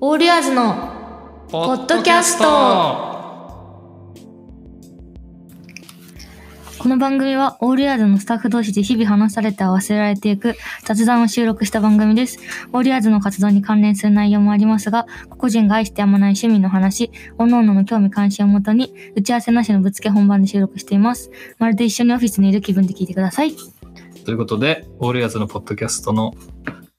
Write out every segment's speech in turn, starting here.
オールヤーズのポッドキャストこの番組はオールヤーズのスタッフ同士で日々話されては忘れられていく雑談を収録した番組です。オールヤーズの活動に関連する内容もありますが、個々人が愛してやまない趣味の話、各々の興味関心をもとに、打ち合わせなしのぶっつけ本番で収録しています。まるで一緒にオフィスにいる気分で聞いてください。ということで、オールヤーズのポッドキャストの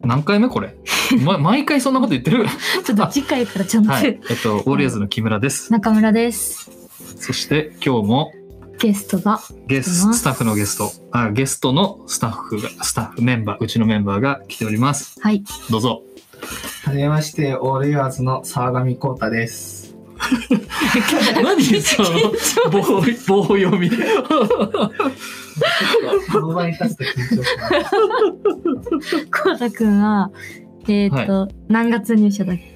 何回目これ、 ま、毎回そんなこと言ってる ちょっと次回からちゃんと、はい。えっと、オールヤーズの木村です。中村です。そして今日もゲストがゲうスわスタッフのゲストあ、ゲストのスタッフが、スタッフメンバー、うちのメンバーが来ております。はい。どうぞ。はじめまして、オールユアーズの沢上光太 です。何そ の棒、棒読 み。この場に立つと緊張します。コウタくんは、えっ、と、何月入社だっけ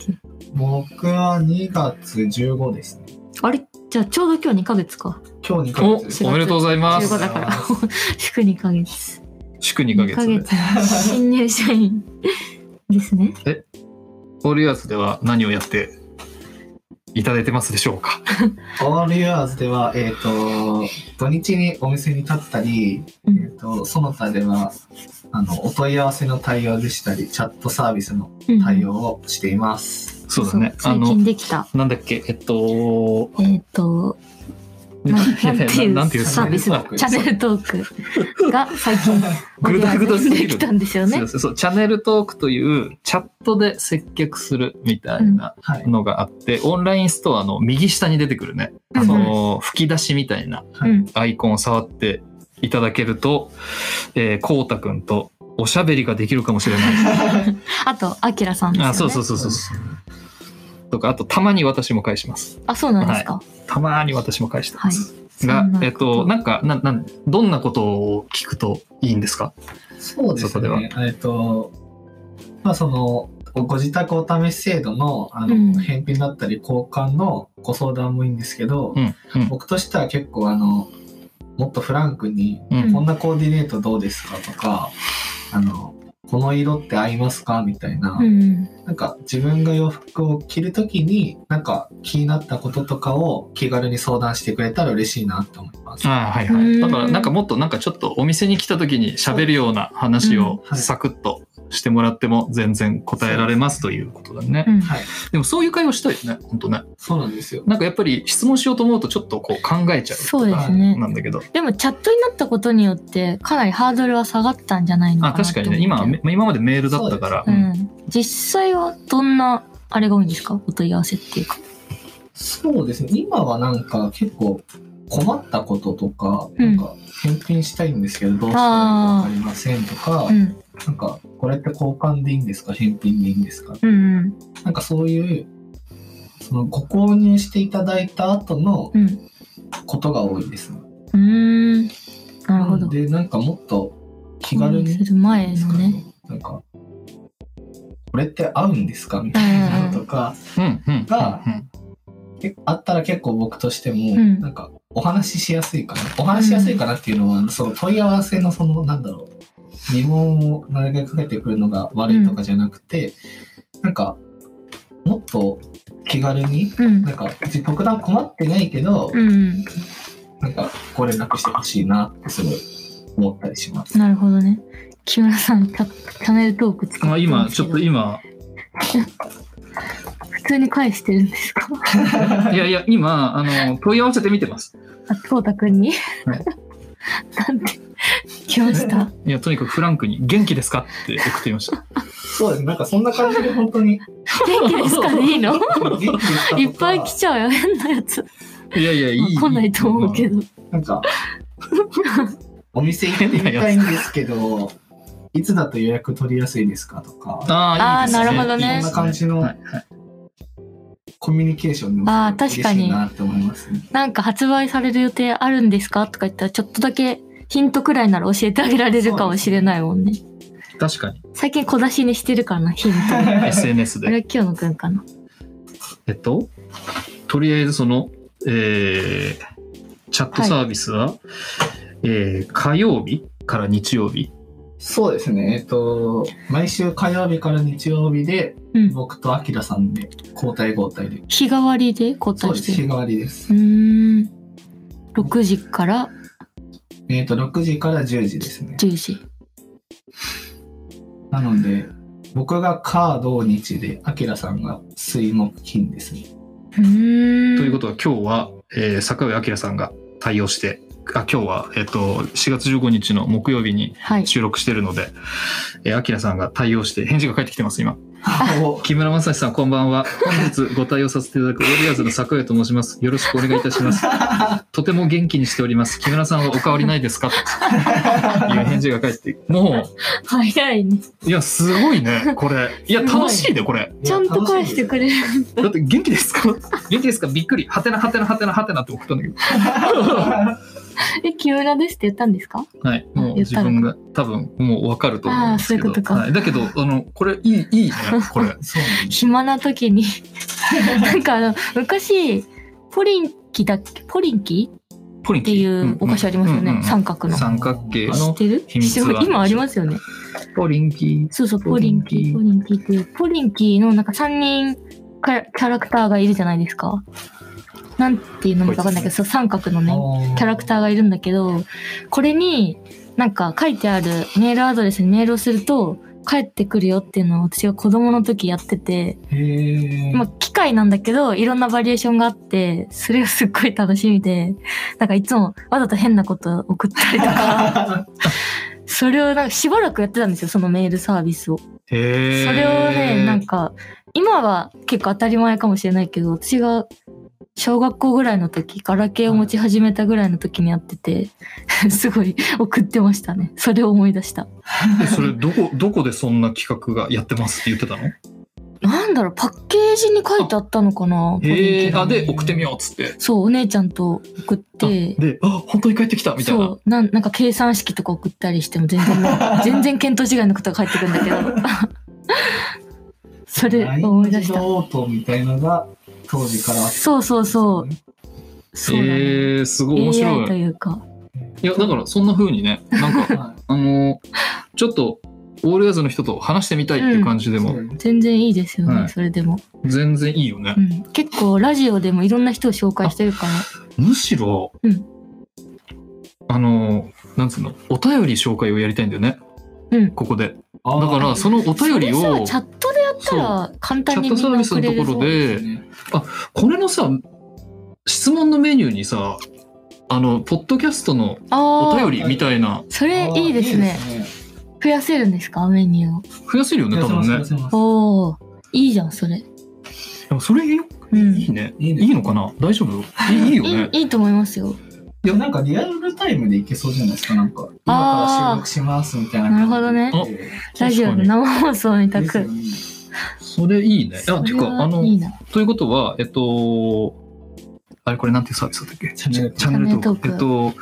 僕は2月15ですね。あれじゃあちょうど今日2ヶ月か。今日2おヶ月です。おめでとうご ざいま15す。だから。祝2ヶ月。祝2ヶ二月で。新入社員ですね。オールヤーズでは何をやっていただいてますでしょうかオールユアーズでは、えっ、と、土日にお店に立ったり、うえっ、ん。と、その他では、あの、お問い合わせの対応でしたり、チャットサービスのうん対応をしています。そうだね。あ最の近、できた。なんだっけ、えっと、えっ、と、 ななんていうなんていうサービスなだんかチャンネルトークが最 近ぐだぐだすぎるできたんですよね。そうそうチャンネルトークというチャットで接客するみたいなはい。のがあって、オンラインストアの右下に出てくるね、うんあの吹き出しみたいなうん。アイコンを触っていただけると、えー、こうたくんとおしゃべりができるかもしれない。あと、アキラさんですよ、ね。あ、そうそうそうそう。とか、あと、たまに私も返します。あ、そうなんですか。たまに私も返してます。そがんな、ことえっと、なんか、なん、なん、どんなことを聞くといいんですかそうですそこではね。えっと、まあその、ご自宅お試し制度のあの、うん返品だったり交換のご相談もいいんですけど、うん、うん。僕としては結構あの、もっとフランクに、うんこんなコーディネートどうですかとか、あの、この色って合いますかみたいな、うん。なんか自分が洋服を着るときに、なんか気になったこととかを気軽に相談してくれたら嬉しいなと思います。ああはいうんはい、だからなんかもっとなんかちょっとお店に来た時に喋るような話をうんはいサクッとしてもらっても全然答えられますということだね、うん。はい。でもそういう会話したいよね本当ねそうなんですよ。なんかやっぱり質問しようと思うとちょっとこう考えちゃうとかそうですねなんだけどでもチャットになったことによってかなりハードルは下がったんじゃないのかあなと思確うけかどにね今は今までメールだったからう、ん、実際はどんなあれが多いんですかお問い合わせっていうかそうですね。今はなんか結構困ったこととか、うんなんか返品したいんですけどどうしたらいいかわかりませんとか、うんなんかこれって交換でいいんですか返品でいいんですかうんなんかそういう、そのご購入していただいた後のうんうんことが多いですね。うーんなるほどで、なんかもっと気軽にする前ですのかねね。なんか、これって合うんですかみたいなのとか、うんうんうんがうんけあったら結構僕としても、うんなんかお話ししやすいかなお話しやすいかなっていうのは、その問い合わせのそのなんだろう疑問を投げかけてくるのが悪いとかじゃなくて、なんかもっと気軽にうんなんかうち特段困ってないけど、うんなんかご連絡してほしいなってすごい思ったりします。なるほどね木村さんチャチャンネルトーク使ってまあ、ま今すちけょっどと今普通に返してるんですか いやいや今あの問い合わせてみてますあこうたくんにはい なんて来ましたいやとにかくフランクに「元気ですか?」って送ってみま したそうですね。なんかそんな感じで本当に元気ですかでいい の元気ですかと かいっぱい来ちゃうよ変なやついやいやいい来ないと思うけどな んか、お店行ってみたいんですけど、いつだと予約取りやすいですかとか、ああ、いいですねあーなるほどねいいですこんな感じのはいはいコミュニケーションであー確かに嬉しいなって思いますね。なんか発売される予定あるんですかとか言ったら、ちょっとだけヒントくらいなら教えてあげられるかもしれないもんね。確かに。最近小出しにしてるからな、 ヒント。あ SNS れで。は今日のくんかな。えっと、とりあえずその、えー、チャットサービスは、えー火曜日から日曜日そうですね。えっと、毎週火曜日から日曜日で、うん。僕とアキラさんで交代交代で。日替わりで交そ代うでしす。て日る。替わりですう。ーん。6時からえっと、6時から10時ですね。 10時。なので、僕が火、土、日で、アキラさんが水、木、金ですね。うーん。。ということとは今日は、えー、坂上彰さんが対応して、あ今日は、えっ、と、4月15日の木曜日にはい。収録してるので、えー、彰さんが対応して返事が返ってきてます、今。 お木村正史さん、こんばんは。本日ご対応させていただくウォリアーズの坂上と申します。よろしくお願いいた します。とても元気にしております。木村さんはお変わりないですかという返事が返って、も早いね。う、いや、すごいね、これ。いや、すごい楽しいね、これ。ちゃんと返してくれる。だって、元気ですか元気ですかびっくり。はてなはてなはてなはてなって送ったんだけど。え、木村ですって言ったんですかはい。も言うっ自たの分が多分もう分かると思うんですああそうけど。いうことかはい、だけど、あの、これいい、いいね、これ。そうなんです。暇な時 になんかあの昔ポリンキだっけポリンキっポリンキてーいうお菓子ありますよね、うんうんうん三角の三角形知のってる秘密は今ありますよねポリンキー。そうそうポリンキポポリンキっていうポリンキのなんか3人かキャラクターがいるじゃないですかなんていうのもかわかんないけどそう三角のねキャラクターがいるんだけどこれになんか書いてあるメールアドレスにメールをすると帰ってくるよっていうのを私が子供の時やっててー。へーまあ、機械なんだけど、いろんなバリエーションがあって、それがすっごい楽しみで、なんかいつもわざと変なことを送ったりとか、 それをなんかしばらくやってたんですよ、そのメールサービスを。そへーれをね、なんか、今は結構当たり前かもしれないけど、私が小学校ぐらいの時、ガラケーを持ち始めたぐらいの時にやってて、 すごい送ってましたね。それを思い出した。えそれ、どこ、どこでそんな企画がやってますって言ってたのなんだろう、パッケージに書いてあったのかなポリへンキえ、があ、で、送ってみようっつって。そう、お姉ちゃんと送って、で、あ、本当に帰ってきたみたいなそ。うなんなんか計算式とか送ったりしても全然も う全然見当違いのことが返ってくるんだけど それを思い出しライン自た動応答みたいのが当時からあったそうそうそうそうだね、へえ、すごい面 AI 白とい。いうかいや、だからそんな風にね、なん か、はあの、ちょっと、オールヤーズの人と話してみたいっていう感じでいも、全然いいですよね、はいそれでも、全然いいよねう。ん、結構ラジオでもいろんな人を紹介してるからむしろ、うんあの、なんつうの、お便り紹介をやりたいんだよね、うんここで。あーだから、そのお便そりれを、さチャットでやったら簡単にチャットみサんーなビス送れのとるこそろうで、これのさ、質問のメニューにさ、あの、ポッドキャストのおああ便りみたいな、それいいですねあーいいですね増やせるんですかメニュー増やせるよね、多分いねや。すいませんすいませんをおーいいじゃんそれでもそれいいようんいいね。いいねいいのかな大丈夫いいいいよいね。いいいと思いますよいやなんかリアルタイムでいけそうじゃないですかなんか今から収録しますみたいななるほどねラジオの確か生放送にたく。にそれいいね。あ、そてれか、あはのい、いな。ということは、えっと、あれこれなんていうサービスだったっけチャンネルチャンネル登録。チャえンっネルと、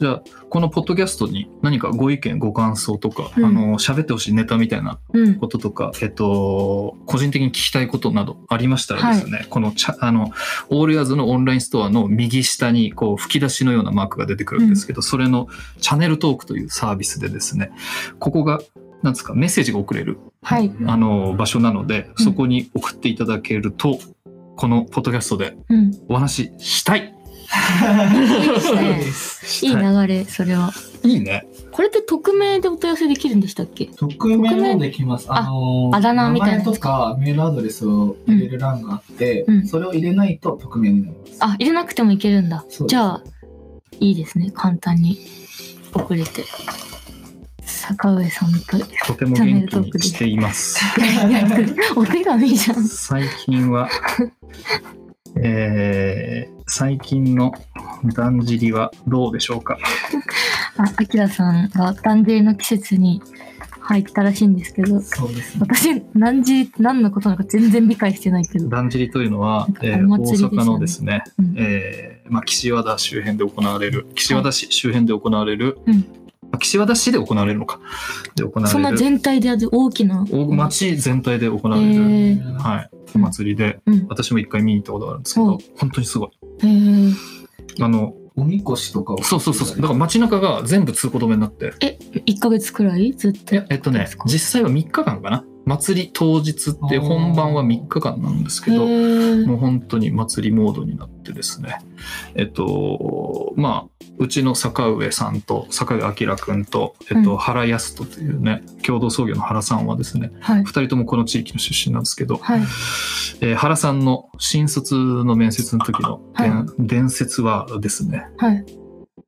じゃあ、このポッドキャストに何かご意見、ご感想とか、うんあの、喋ってほしいネタみたいなうん。こととか、えっと、個人的に聞きたいことなどありましたらですね、このチャ、あの、オールヤーズのオンラインストアの右下に、こう、吹き出しのようなマークが出てくるんですけど、それのチャンネルトークというサービスでですね、ここが、なんですか、メッセージが送れる、はい。あの、場所なので、うんそこに送っていただけると、このポッドキャストでうん。いお話ししたいいですね。 いいは流れ、それは。いいね。これって匿名でお問い合わせできるんでしたっけ匿名もできます。ああのーあだ名みたいなやつ名前とかメールアドレスを入れる欄があって、うんうんそれを入れないと匿名になります。あ、入れなくてもいけるんだそうです。じゃあ、いいですね。簡単に送れて。坂上さんととても元気にしています。 お手紙じゃん。最近は、えー、最近のだんじりはどうでしょうか。あ、あきらさんがだんじりの季節に入ったらしいんですけど、そうですね。私、何時、何のことなのか全然理解してないけど。だんじりというのは、えーお大祭りですよね阪のですね、うんえーまあ、岸和田周辺で行われる、岸和田市周辺で行われる、うんまあ岸和田市で行われるのか、で行そんわなれる、全体である大きな。大町全体で行わえれる、ーはい、お祭りで、うん。私も一回見に行ったことがあるんですけど、うん本当にすごい。えーあの、おみこしとかを。そうそうそうそう。だから街中が全部通行止めになって。 1ヶ月くらいずっいと。や、えっとねですか、実際は3日間かな。祭り当日ってあー本番は3日間なんですけへど、ーもう本当に祭りモードになってですね。えっと、まあ、うちの坂上さんと坂上明君と、えっうと、ん原康人というね、共同創業の原さんはですね、はい二。人ともこの地域の出身なんですけど、はい。えー原さんの新卒の面接の時の、はい伝伝説はですね、はい。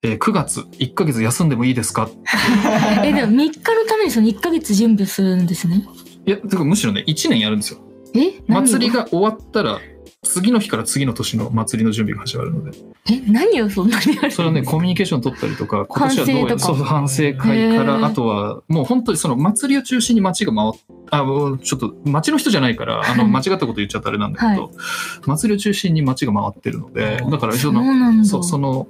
えー9月1ヶ月休んでもいいですかえ、でも3日のためにその1ヶ月準備するんですね。いや、てかむしろね、1年やるんですよ。え何を祭りが終わったら、次の日から次の年の祭りの準備が始まるので、え、何をそんなにやる それはね、コミュニケーション取ったりとか、今年はどうや反省とかそう反省会かへら、ーあとは、もう本当にその祭りを中心に街が回っあ、もうちょっと街の人じゃな いから、あの、はい間違ったこと言っちゃったあれなんだけど、祭りを中心に街が回ってるので、だから、そそうの、なんだ。そう、その、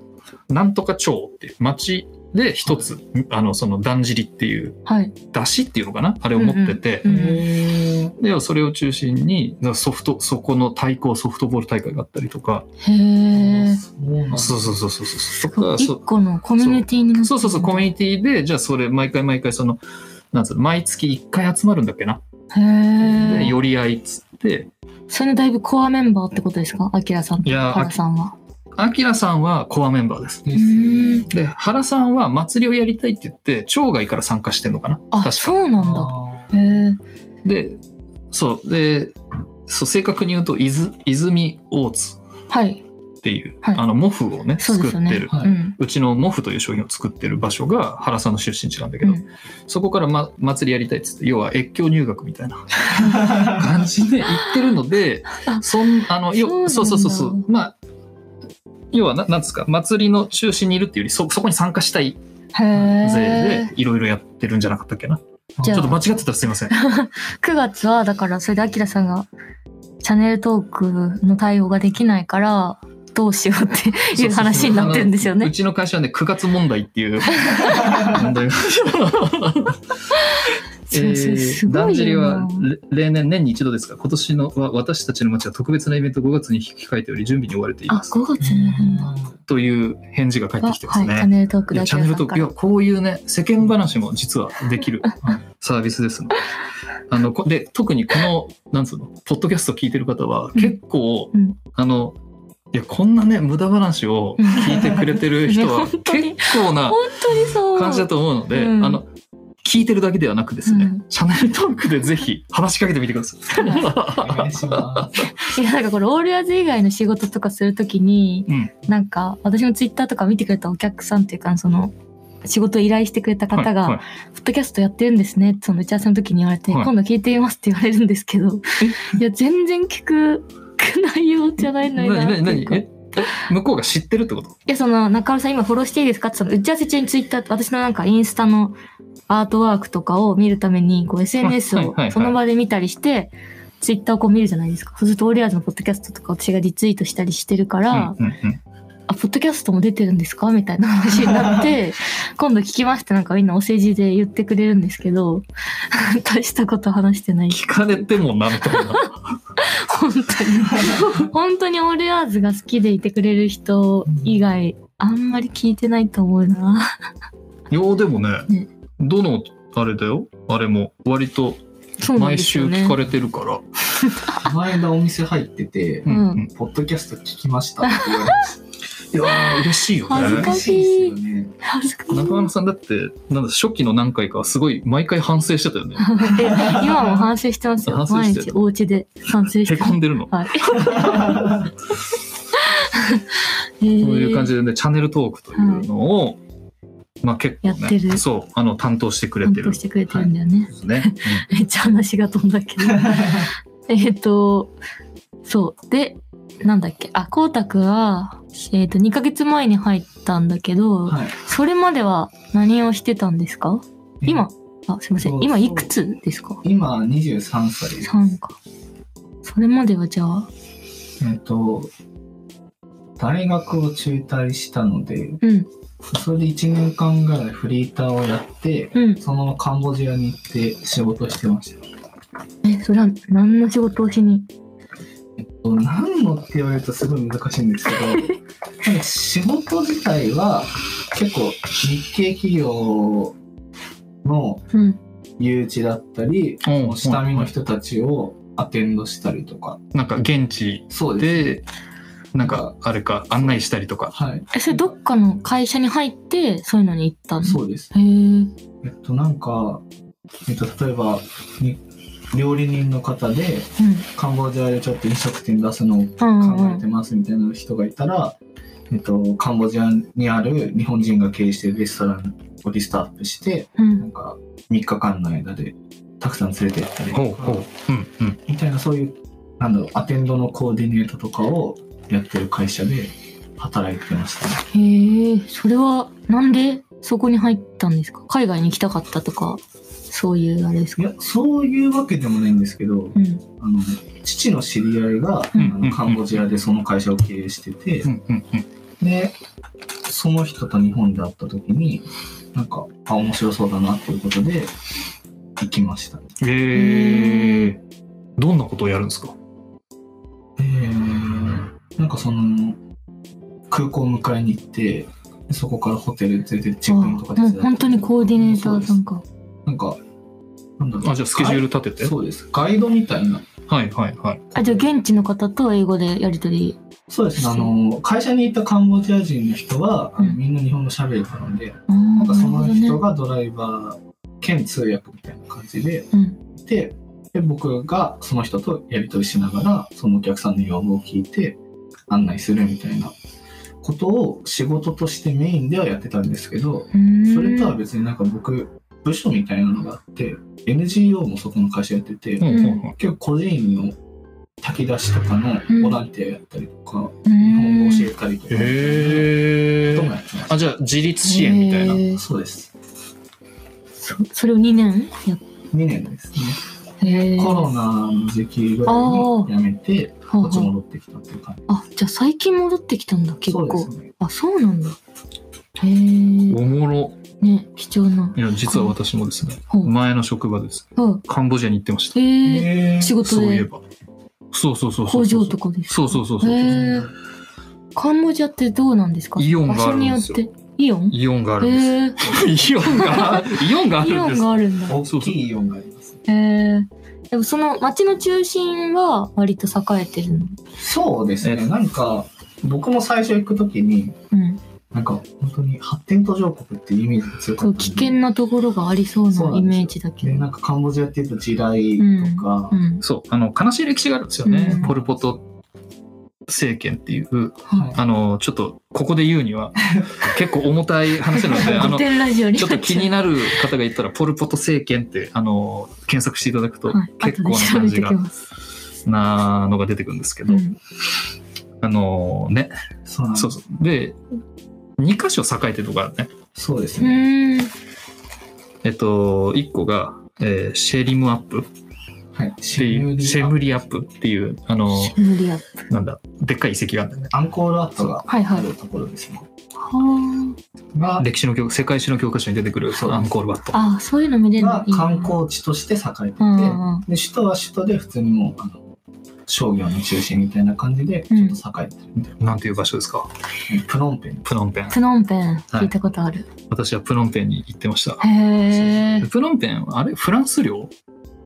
なんとか町っていう町で一つ、あの、その、だんじりっていう、はい。出汁っていうのかなあれを持ってて、うんへーで、それを中心に、だからソフト、そこの対抗ソフトボール大会があったりとか、へえ。そうなんだそうそうそうそうそう、とか、そ1個のコミュニティになってるんだそうそうそう、コミュニティで、じゃあそれ、毎回毎回、その、なんつうの、毎月1回集まるんだっけな。へで、え。寄り合いっつって、それのだいぶコアメンバーってことですかアキラさんといやーハラさんは。アキラさんはコアメンバーです。ですねで、原さんは祭りをやりたいって言って、町外から参加してんのかな確あ、かそうなんだ。あへえ。で、そう、で、そう、正確に言うと、いず、泉大津はい。っていう、はいあの、モフをね、そうで作すよっね。てる。はいうん。うちのモフという商品を作ってる場所が原さんの出身地なんだけど、うんそこから、ま、祭りやりたいっつって要は越境入学みた いな感じで行ってるのであそんあのよそそううなんだそうそうそうまあ要はななんですか祭りの中心にいるっていうよりそそこに参加したへい勢え。でいろいろやってるんじゃなかったっけな、じちゃょあっと間違ってたらすいま せん9月はだからそれでアキラさんがチャンネルトークの対応ができないからどうしようっていう話になってるんですよあのうね。ちの会社はね9月問題っていう問題がそうそうすだごんいじりよなはれ例年年に一度ですが今年のは私たちの町は特別なイベントを5月に控えており準備に追われていあ、ます5月にやるんだ。という返事が返ってはきてますい、チね。ャンネルトークいやだチけャンはネさルとんかかいやら。こういうね世間話も実はで きるサービスですのであのこで特にこのなんつうのポッドキャスト聞いてる方は結構、うんあのいやこんなね無駄話を聞いてくれてる人 ねは本当に結構な 本当にそう。感じだと思うので、うんあの聞いてるだけではなくですね、うんチャンネルトークでぜひ話しかけてみてくださお願 いい。します。いや、なんかこれ、オールアズ以外の仕事とかするときに、うんなんか、私のツイッターとか見てくれたお客さんっていうか、その、仕事を依頼してくれた方が、はいはいポッドキャストやってるんですねってその打ち合わせの時に言われて、はい今度聞いてみますって言われるんですけど、いや、全然聞く内容じゃないの何よなって何いう何か。いええ向こうが知ってるってことや、その、中村さん今フォローしていいですかって、その打ち合わせ中にツイッター、私のなんかインスタのアートワークとかを見るために、こう SNS はいをはいはいその場で見たりして、ツイッターをこう見るじゃないですか。そうすると、オリアーズのポッドキャストとか私がリツイートしたりしてるから、うんうんうんあ、ポッドキャストも出てるんですかみたいな話にな って、今度聞きましたなんかみんなお世辞で言ってくれるんですけど、 大したこと話してない。聞かれてもなみたい な。本当 に。本当にオールアーズが好きでいてくれる人以外、あんまり聞いてないと思うな。いやでもねねどのあれだよあれも割とそうなん毎です週よね。聞かれてるから前のお店入っててう、んうんうんポッドキャスト聞きましたって言われましいやー嬉しいよ恥ずねかた。しい嬉ですよね。恥ずかしい中山さんだってなんだ初期の何回かはすごい毎回反省してたよねえ今も反省してますよ。反省毎してる日お家で反省してへこんでるの、はい。そういう感じ。じでねチャンネルトークというのを、まあ結構やってねるそうあの担当してくれ担てるん当でしてくれてるんだよね。すね、めっちゃ話が飛んだけど。えっと、そう。で、なんだっけ。あ、こうたくんは、えっ、と、2ヶ月前に入ったんだけど、はいそれまでは何をしてたんですか今、あ、すいませそん。う今いくつですか今23歳です。 ?3 か。それまではじゃあ、えっと、大学を中退したので、うん、それで1年間ぐらいフリーターをやって、うん。そのままカンボジアに行って仕事してました。え、それは何の仕事をしに 何のって言われるとすごい難しいんですけど、なんか仕事自体は結構日系企業のうん。誘致だったり、うん下見の人たちをアテンドしたりとか。なんか現地そうです。で、なんかあれか、案内したりとか。はい。え、それどっかの会社に入って、そういうのに行ったのう。そうです。へえ。えっと、なんか、えっと、例えば、に料理人の方で、カンボジアでちょっと飲食店出すのをう考ん。うんうんえてますみたいな人がいたら、えっと、カンボジアにある日本人が経営してるレストランをリストアップして、うなんん。か3日間の間でたくさん連れて行ったりほうとほかう、。うんうん。みたいなそういう、なんだろう、アテンドのコーディネートとかをやってる会社で働いてましたね。へえ。それは、なんでそこに入ったんですか海外に行きたかったとか、そういうあれですかいや、そういうわけでもないんですけど、うん。あの父の知り合いが、うんあのカンボジアでその会社を経営してて、うんうんうん。でその人と日本で会った時になんかあ面白そうだなっていうことで行きました、ええどんなことをやるんですかえー、なんかその空港迎えに行ってでそこからホテル連れてチェックインとか手も伝うって本当にコーディネーターさんか。なんかなんだろうあ、じゃあスケジュール立てて。そうですガイドみたいなはいはいはい。あ、じゃあ現地の方と英語でやりとり。そうですねあの会社にいたカンボジア人の人は、あのうんみんな日本語喋れたのでななんかその人が。がドライバー兼通訳みたいな感じでうん。いてで僕がその人とやり取りしながらそのお客さんの要望を聞いて案内するみたいなことを仕事としてメインではやってたんですけどうんそれとは別になんか僕部署みたいなのがあって NGO もそこの会社やっててうんう結んうん。構個人の炊き出しとかのうんボランティアやったりとか日日本語教えたりとかえこともえやってまあ、じゃあ自立支援みたいな。そうですそそれを2年やっ2年ですねへーコロナの時期ぐらいに辞めてはあこっちは戻ってきたっていう感じああじゃあ最近戻ってきたんだ結構そうですねあそうなんだへえおもろ。ね貴重ないや、実は私もですね、ほう前の職場です。ほうカンボジアに行ってました。へええ仕事そういえでば。そうそうそうそう工そう。場とかですそうそうそうそう。へえカンボジアってどうなんですかイオンがあるんですよ場所によってイオンイオンがあるんです。へえ イオンが、イオンがあイるオんでンす。があるんだ大きいイオンがあります。へえでもその町の中心は割と栄えてるのそうですえね。なんか、僕も最初行くときに、うんなんか、本当に発展途上国っていうイメージが強こかっうた。危険。なところがありそうそうななイんですよメージだけで、どなんかカンボジアっていうと地雷とか、うんそう、あの、悲しい歴史があるんですよね。うんポルポト政権っていう、はいあの、ちょっと、ここで言うに は、結構重たい話なので、あ古の、ち典ラジオにょっと気になる方がいたら、ポルポト政権って、あの、検索していただくとはい、結構な後感で調べじてがき、ますなのが出てくるんですけど、うんあの、ね、そうなんですそうそう。で、2箇所栄えてるとこあるね。そうですうね。ーんえっと、1個が、えーシェリムアップっはい。ていう、シシェェムムリリアップっていう、あの、無理やっなんだ、でっかい遺跡があるんだよね。アンコールアットがはいはあいるところですね。はが、歴史の教世界史の教科書に出てくるそうアンコールワット。ああそういうの見れるのがいいな観光地として栄えてて、うんうで、んうん首都は首都で普通にもう、あの商業の中心みたいな感じで、ちょっと栄えてるみたいな。なんていう場所ですかプノンペン。プノンペン。プノンペン聞いたことある、私はプノンペンに行ってました。へえプノンペン、あれフランス領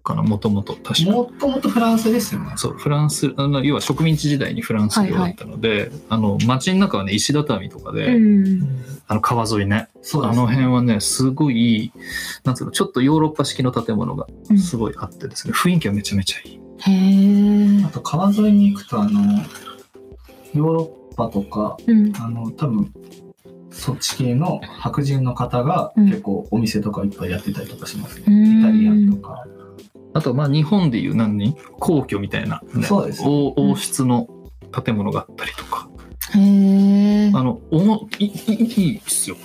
かなもともと。確かもっともっとフランスですよね。そう、フランス、あの要は植民地時代にフランス領だったので、あの、街の中はね、石畳とかで、うんあの、川沿いね。そうであすねの辺はね、すごい、なんつうの、ちょっとヨーロッパ式の建物がうんすごいあってですね、雰囲気はめちゃめちゃいい。へえあと川沿いに行くとあのヨーロッパとかうんあの多分そっち系の白人の方がうん結構お店とかいっぱいやってたりとかしますね、うんイタリアンとかあと、まあ、日本でいう何人皇居みたいな、ねそうですね王王室の建物があったりとか。へえあの、おも、いい、いいっすよ。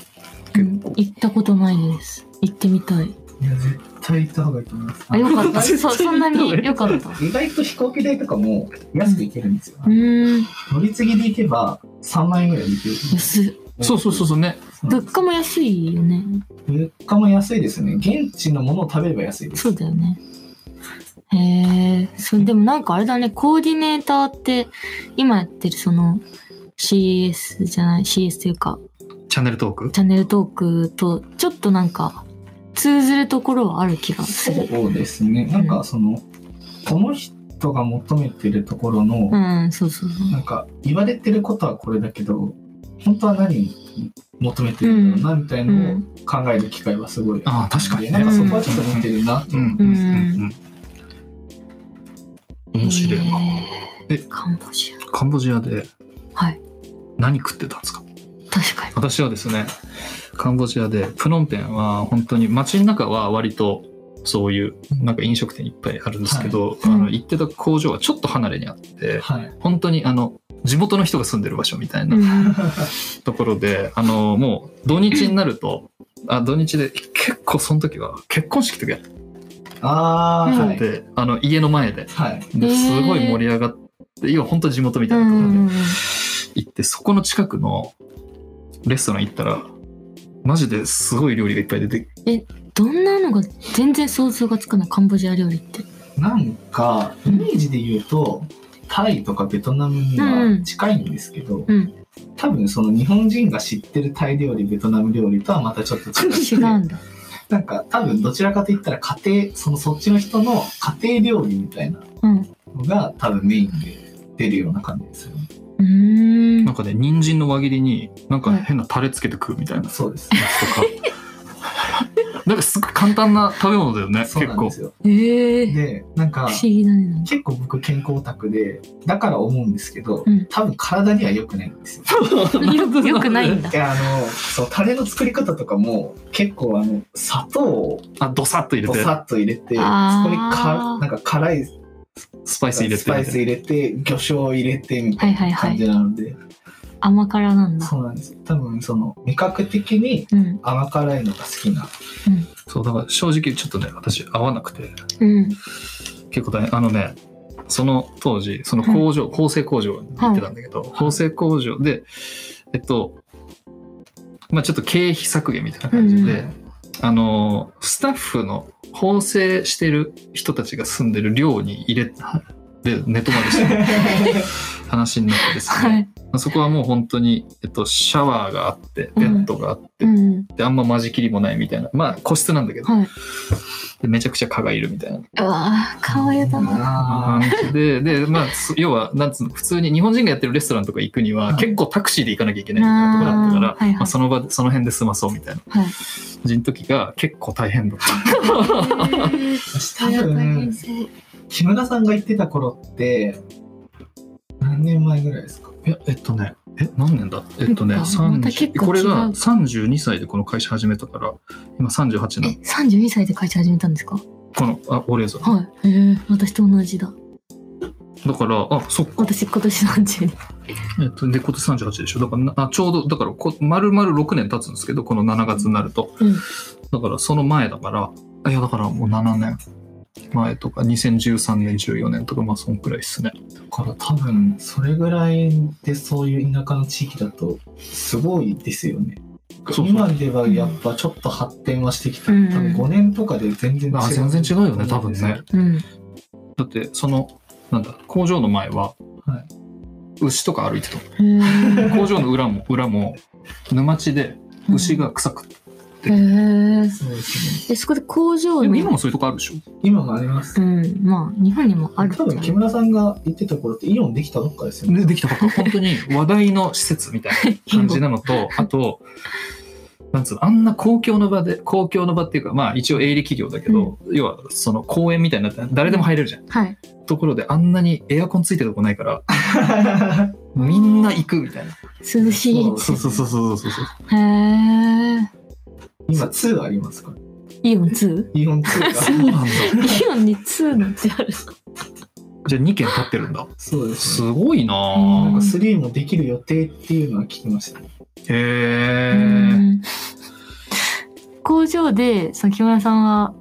結構。行ったことないです行ってみたいいや絶対行った方がいいと思いますあよ かった絶そ対行ったそんなによかったう 意外と飛行機代とかも安く行けるんですよ、ーん乗り継ぎで行けば3万円ぐらいで行ける安いそうそうそうそうね。うん物価も安いよね物価も安いですね現地のものを食べれば安いですそうだよね。へえ、そうでもなんかあれだね、コーディネーターって今やってるその CS じゃない CS というかチャンネルトークチャンネルトークとちょっとなんか通ずるところはある気がする。そうですね。なんかその、この人が求めてるところの、うん、そうそうそう。なんか言われてることはこれだけど、本当は何求めてるんだろうな、みたいなのを考える機会はすごい。ああ確かにねなんかそこはちょっと似てるな。うんうんうんうん面白いなええーカンボジア。カンボジアではい何食ってたんですか確かに。私はですねカンボジアでプノンペンは本当に街の中は割とそういうなんか飲食店いっぱいあるんですけど、あうのん行ってた工場はちょっと離れにあってはい。本当にあの地元の人が住んでる場所みたいなうんところで、あのもう土日になるとあ土日で結構その時は結婚式とかやってああ、うんはい。てあの家の前ではい。へーですごい盛り上がって今本当地元みたいなところで行ってそこの近くのレストラン行ったらマジですごい料理がいっぱい出てどんなのが全然想像がつかないカンボジア料理って。なんか、イメージで言うと、タイとかベトナムには近いんですけど、うん多分その日本人が知ってるタイ料理、ベトナム料理とはまたちょっと違って違うんだ。なんか多分どちらかといったら家庭、そのそっちの人の家庭料理みたいなうん。のが多分メインで出るような感じですよね。うーなん。んかね人参の輪切りになんか変なタレつけて食うみたいなやつとそうです。か なんかすごい簡単な食べ物だよね結そうなん構ですよ。ええー。で、なん不か思議だね。なんか結構僕健康オタクで、だから思うんですけど、うん多分体には良くないんですよ。よよくないんだい。や、あの、そう、タレの作り方とかも結構あの、砂糖をあドサッと入れどてさっと入れて、そこにあーか、なんか辛いスパイス入れてスパイス入れて、魚醤を入れてみたはいはいいなは感い。じなので、甘辛なんだ。そうなんですよ。多分その味覚的にうん。甘辛いのが好 きな。そうだから正直ちょっとね私合わなくてうん。結構大変あのねその当時その工場、縫製工場に行ってたんだけど、縫製工場でえっとまあちょっと経費削減みたいな感じで、うんあのスタッフの縫製してる人たちが住んでる寮に入れで寝泊まりしてる話になってですね、はい。まあそこはもう本当に、えっと、シャワーがあってベッドがあって、うん。であんま間仕切りもないみたいなまあ個室なんだけど、はい。でめちゃくちゃ蚊がいるみたいなうわあ、顔やだな。あでで、まあ、す要はなんつうの普通に日本人がやってるレストランとか行くにははい結構タクシーで行かなきゃいけないみたいなところだったからあーはいはいまあ、その場でその辺で済まそうみたいなはい。人の時が結構大変だった多分、木村さんが言ってた頃って、何年前ぐらいですかいやえっとねえ何年だえっとねなんかまた結構30これ違がう32歳でこの会社始めたから今38なのえ、三十二歳で会社始めたんですか。このあ俺やぞはい。ええ私と同じだ。だからあそっか私今年三十。えっと、で、今年38でしょ。だからな、あちょうど、だからこ、丸々6年経つんですけど、この7月になると。うんだから、その前だから、あいや、だからもう7年前とか、2013年、14年とか、まあ、そんくらいですね。だから多分、それぐらいでそういう田舎の地域だと、すごいですよね。そうそう今ではやっぱちょっと発展はしてきた。うん多分5年とかで全然違う。あ全然違うよね、多分ね。。うん。だって、その、なんだ、工場の前は、はい牛とか歩いてた。え ー工場の 裏も、裏も、沼地で牛が臭くて。えーそうですね。え、そこで工場でもに今もそういうとこあるでしょ今もあります。うん、まあ日本にもある多分木村さんが言ってた頃ってイオンできたばっかです よね。でできたばっか本当に話題の施設みたい な感じなのとあとなんつうのあんな公共の場で公共の場っていうかまあ一応営利企業だけど、要はその公園みたいになって誰でも入れるじゃん、はい。ところであんなにエアコンついてるとこないから みんな行くみたいな涼しい。そうそうそうそうそうそうへえ。今2ありますから。イオン 2? イオン2そうが。なんだイオンに2なんてある。 じゃあ2軒立ってるんだそうですすね。ごいななんあか3もできる予定っていうのは聞きました。へえ、うん工場で、その木村さんは、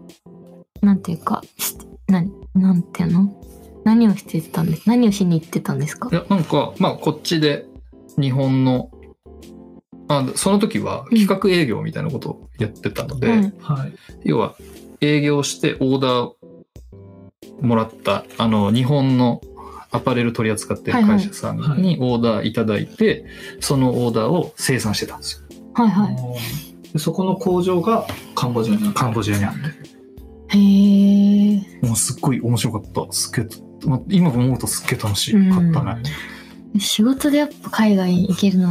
なんていうか、し何、なんていうの何をしてたんです何をしに行ってたんですかいやなんかまあこっちで日本のあその時は企画営業みたいなことをやってたので、うんはい。要は営業してオーダーもらったあの日本のアパレル取り扱ってる会社さんにオーダーいただいて、そのオーダーを生産してたんですよはいはでそこの工場がカンボジアにあったカンボジアにあってい。へえ。もうすっごい面白かったすっげえ、まあ、今思うとすっげえ楽しかったね、仕事でやっぱ海外行けるの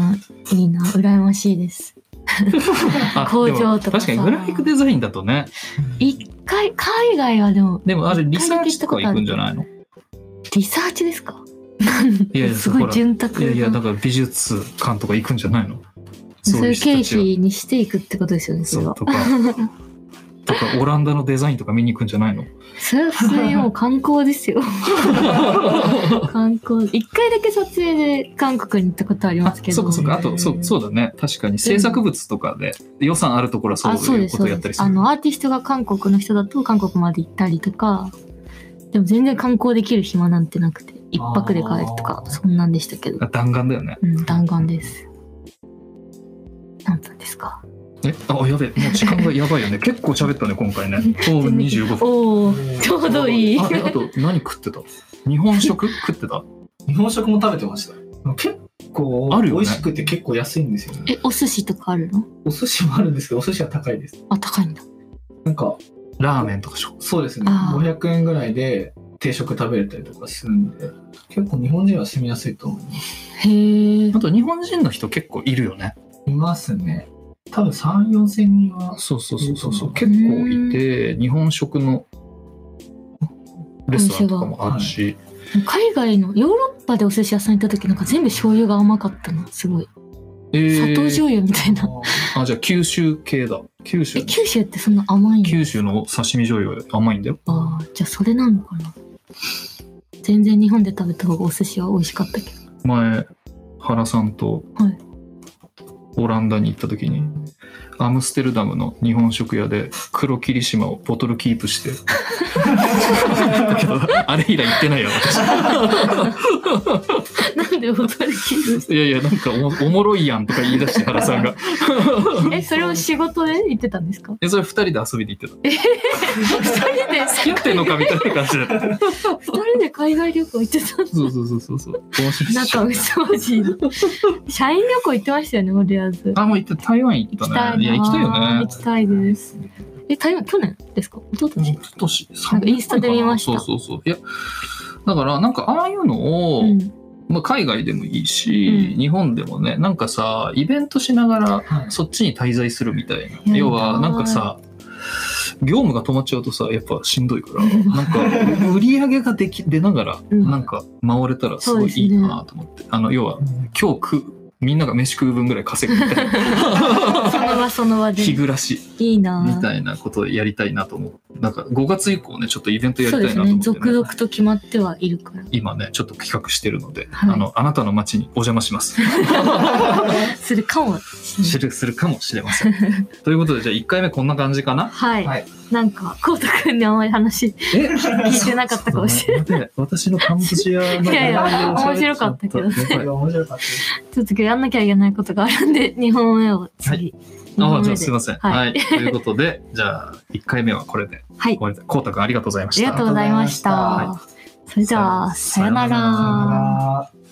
いいな。羨ましいです。あ工場でともか確さかにグラフィックデザインだとね一回、海外はでも、でもあれリサーチとか行くんじゃないのリサーチですかいやい やすごほいら潤沢いやいやだな。から美術館とか行くんじゃないのそういう経人たちが費にしていくってことですよね、そそれうは。とかとかオランダのデザインとか見に行くんじゃないのそれは普通にもう観光です よ。観光。一回だけ撮影で韓国に行ったことありますけど。そうかそうかあとそうそうだね確かに制作物とかで予算あるところはそうあそういでうすこそうとやでったりすすあるのアーティストが韓国の人だと韓国まで行ったりとかでも全然観光できる暇なんてなくて一泊で帰るとかあーそんなんでしたけどあ弾丸だよねうん弾丸です何分ですかえあやべえもう時間がやばいよ ね結構喋ったね今回ねもう25分おおちょうどいいあえあと何食ってた日本 食食ってた日本食も食べてました結構ある美よね味しくて結構安いんですよねえお寿司とかあるのお寿司もあるんですけどお寿司は高いですあ高いんだなんかラーメンとかしょそうですねあー500円ぐらいで定食食べれたりとかするんで結構日本人は住みやすいと思いますへえあと日本人の人結構いるよねいますね多分3 4千 人はそうそうそうそうそううん結構いて日本食のレストランとかもあるし、海外のヨーロッパでお寿司屋さん行った時なんか全部醤油が甘かったのすごいえ砂糖ー、醤油みたいな、あじゃあ九州系だ九州え九州ってそんな甘いの九州の刺身醤油甘いんだよああ、じゃあそれなのかな。全然日本で食べた方がお寿司は美味しかったけど。前原さんとはいオランダに行った時にアムステルダムの日本食屋で黒霧島をボトルキープして だけどあれ以来行ってないよ私 なんで踊り切るいやいやなんかおもおもろいやんとか言い出して原さんがえ、それを仕事で言ってたんですかえそれ二人で遊びに行ってた 二人で、付き合ってんのかみたいな感じだった二人で海外旅行行ってたんだそうそうそうそうそう。面白いっし仲ょうそしいな。社員旅行行ってましたよね、とりあえず。あ、もう行った台湾行行っきたたいな。ね。いや、行きたいよね行。きたいです。え、台湾、去年ですか一昨年一昨年なんかインスタで見ましたそうそうそう。いや、だからなんかああいうのを、うん。まあ、海外でもいいし、うん日本でもね、なんかさ、イベントしながらはいそっちに滞在するみたいいな。や要はなんかさ、業務が止まっちゃうとさ、やっぱしんどいから、なんか売り上げができ、出ながら、うんなんか回れたらすごいいいなと思って。あの、要は今日食う、みんなが飯食う分ぐらい稼ぐみたいな。その場その 場で。日い暮らしいな。みたいなことをやりたいなと思う。なんか5月以降ね、ちょっとイベントやりそたういですなと思って、ね。ね。続々と決まってはいるから。今ね、ちょっと企画してるので、はいあの、あなたの街にお邪魔します。するかもすしれない。る、するかもしれません。 ということで、じゃあ1回目こんな感じかなはい。はいなんか、コウト君にあんまり話え聞いてなかったかもしれない。れない。私のカンボジアのいやいや面白かったけどねやばい面白かったですちょっと今日やんなきゃいけないことがあるんで、2本目を次。二あ本じ目ゃあすいでません。はいはい。ということで、じゃあ1回目はこれではい終。わりだ。こうたくんありがとうございましありたがとう。ございました。ありがそれじゃあ、さよなら。さよなら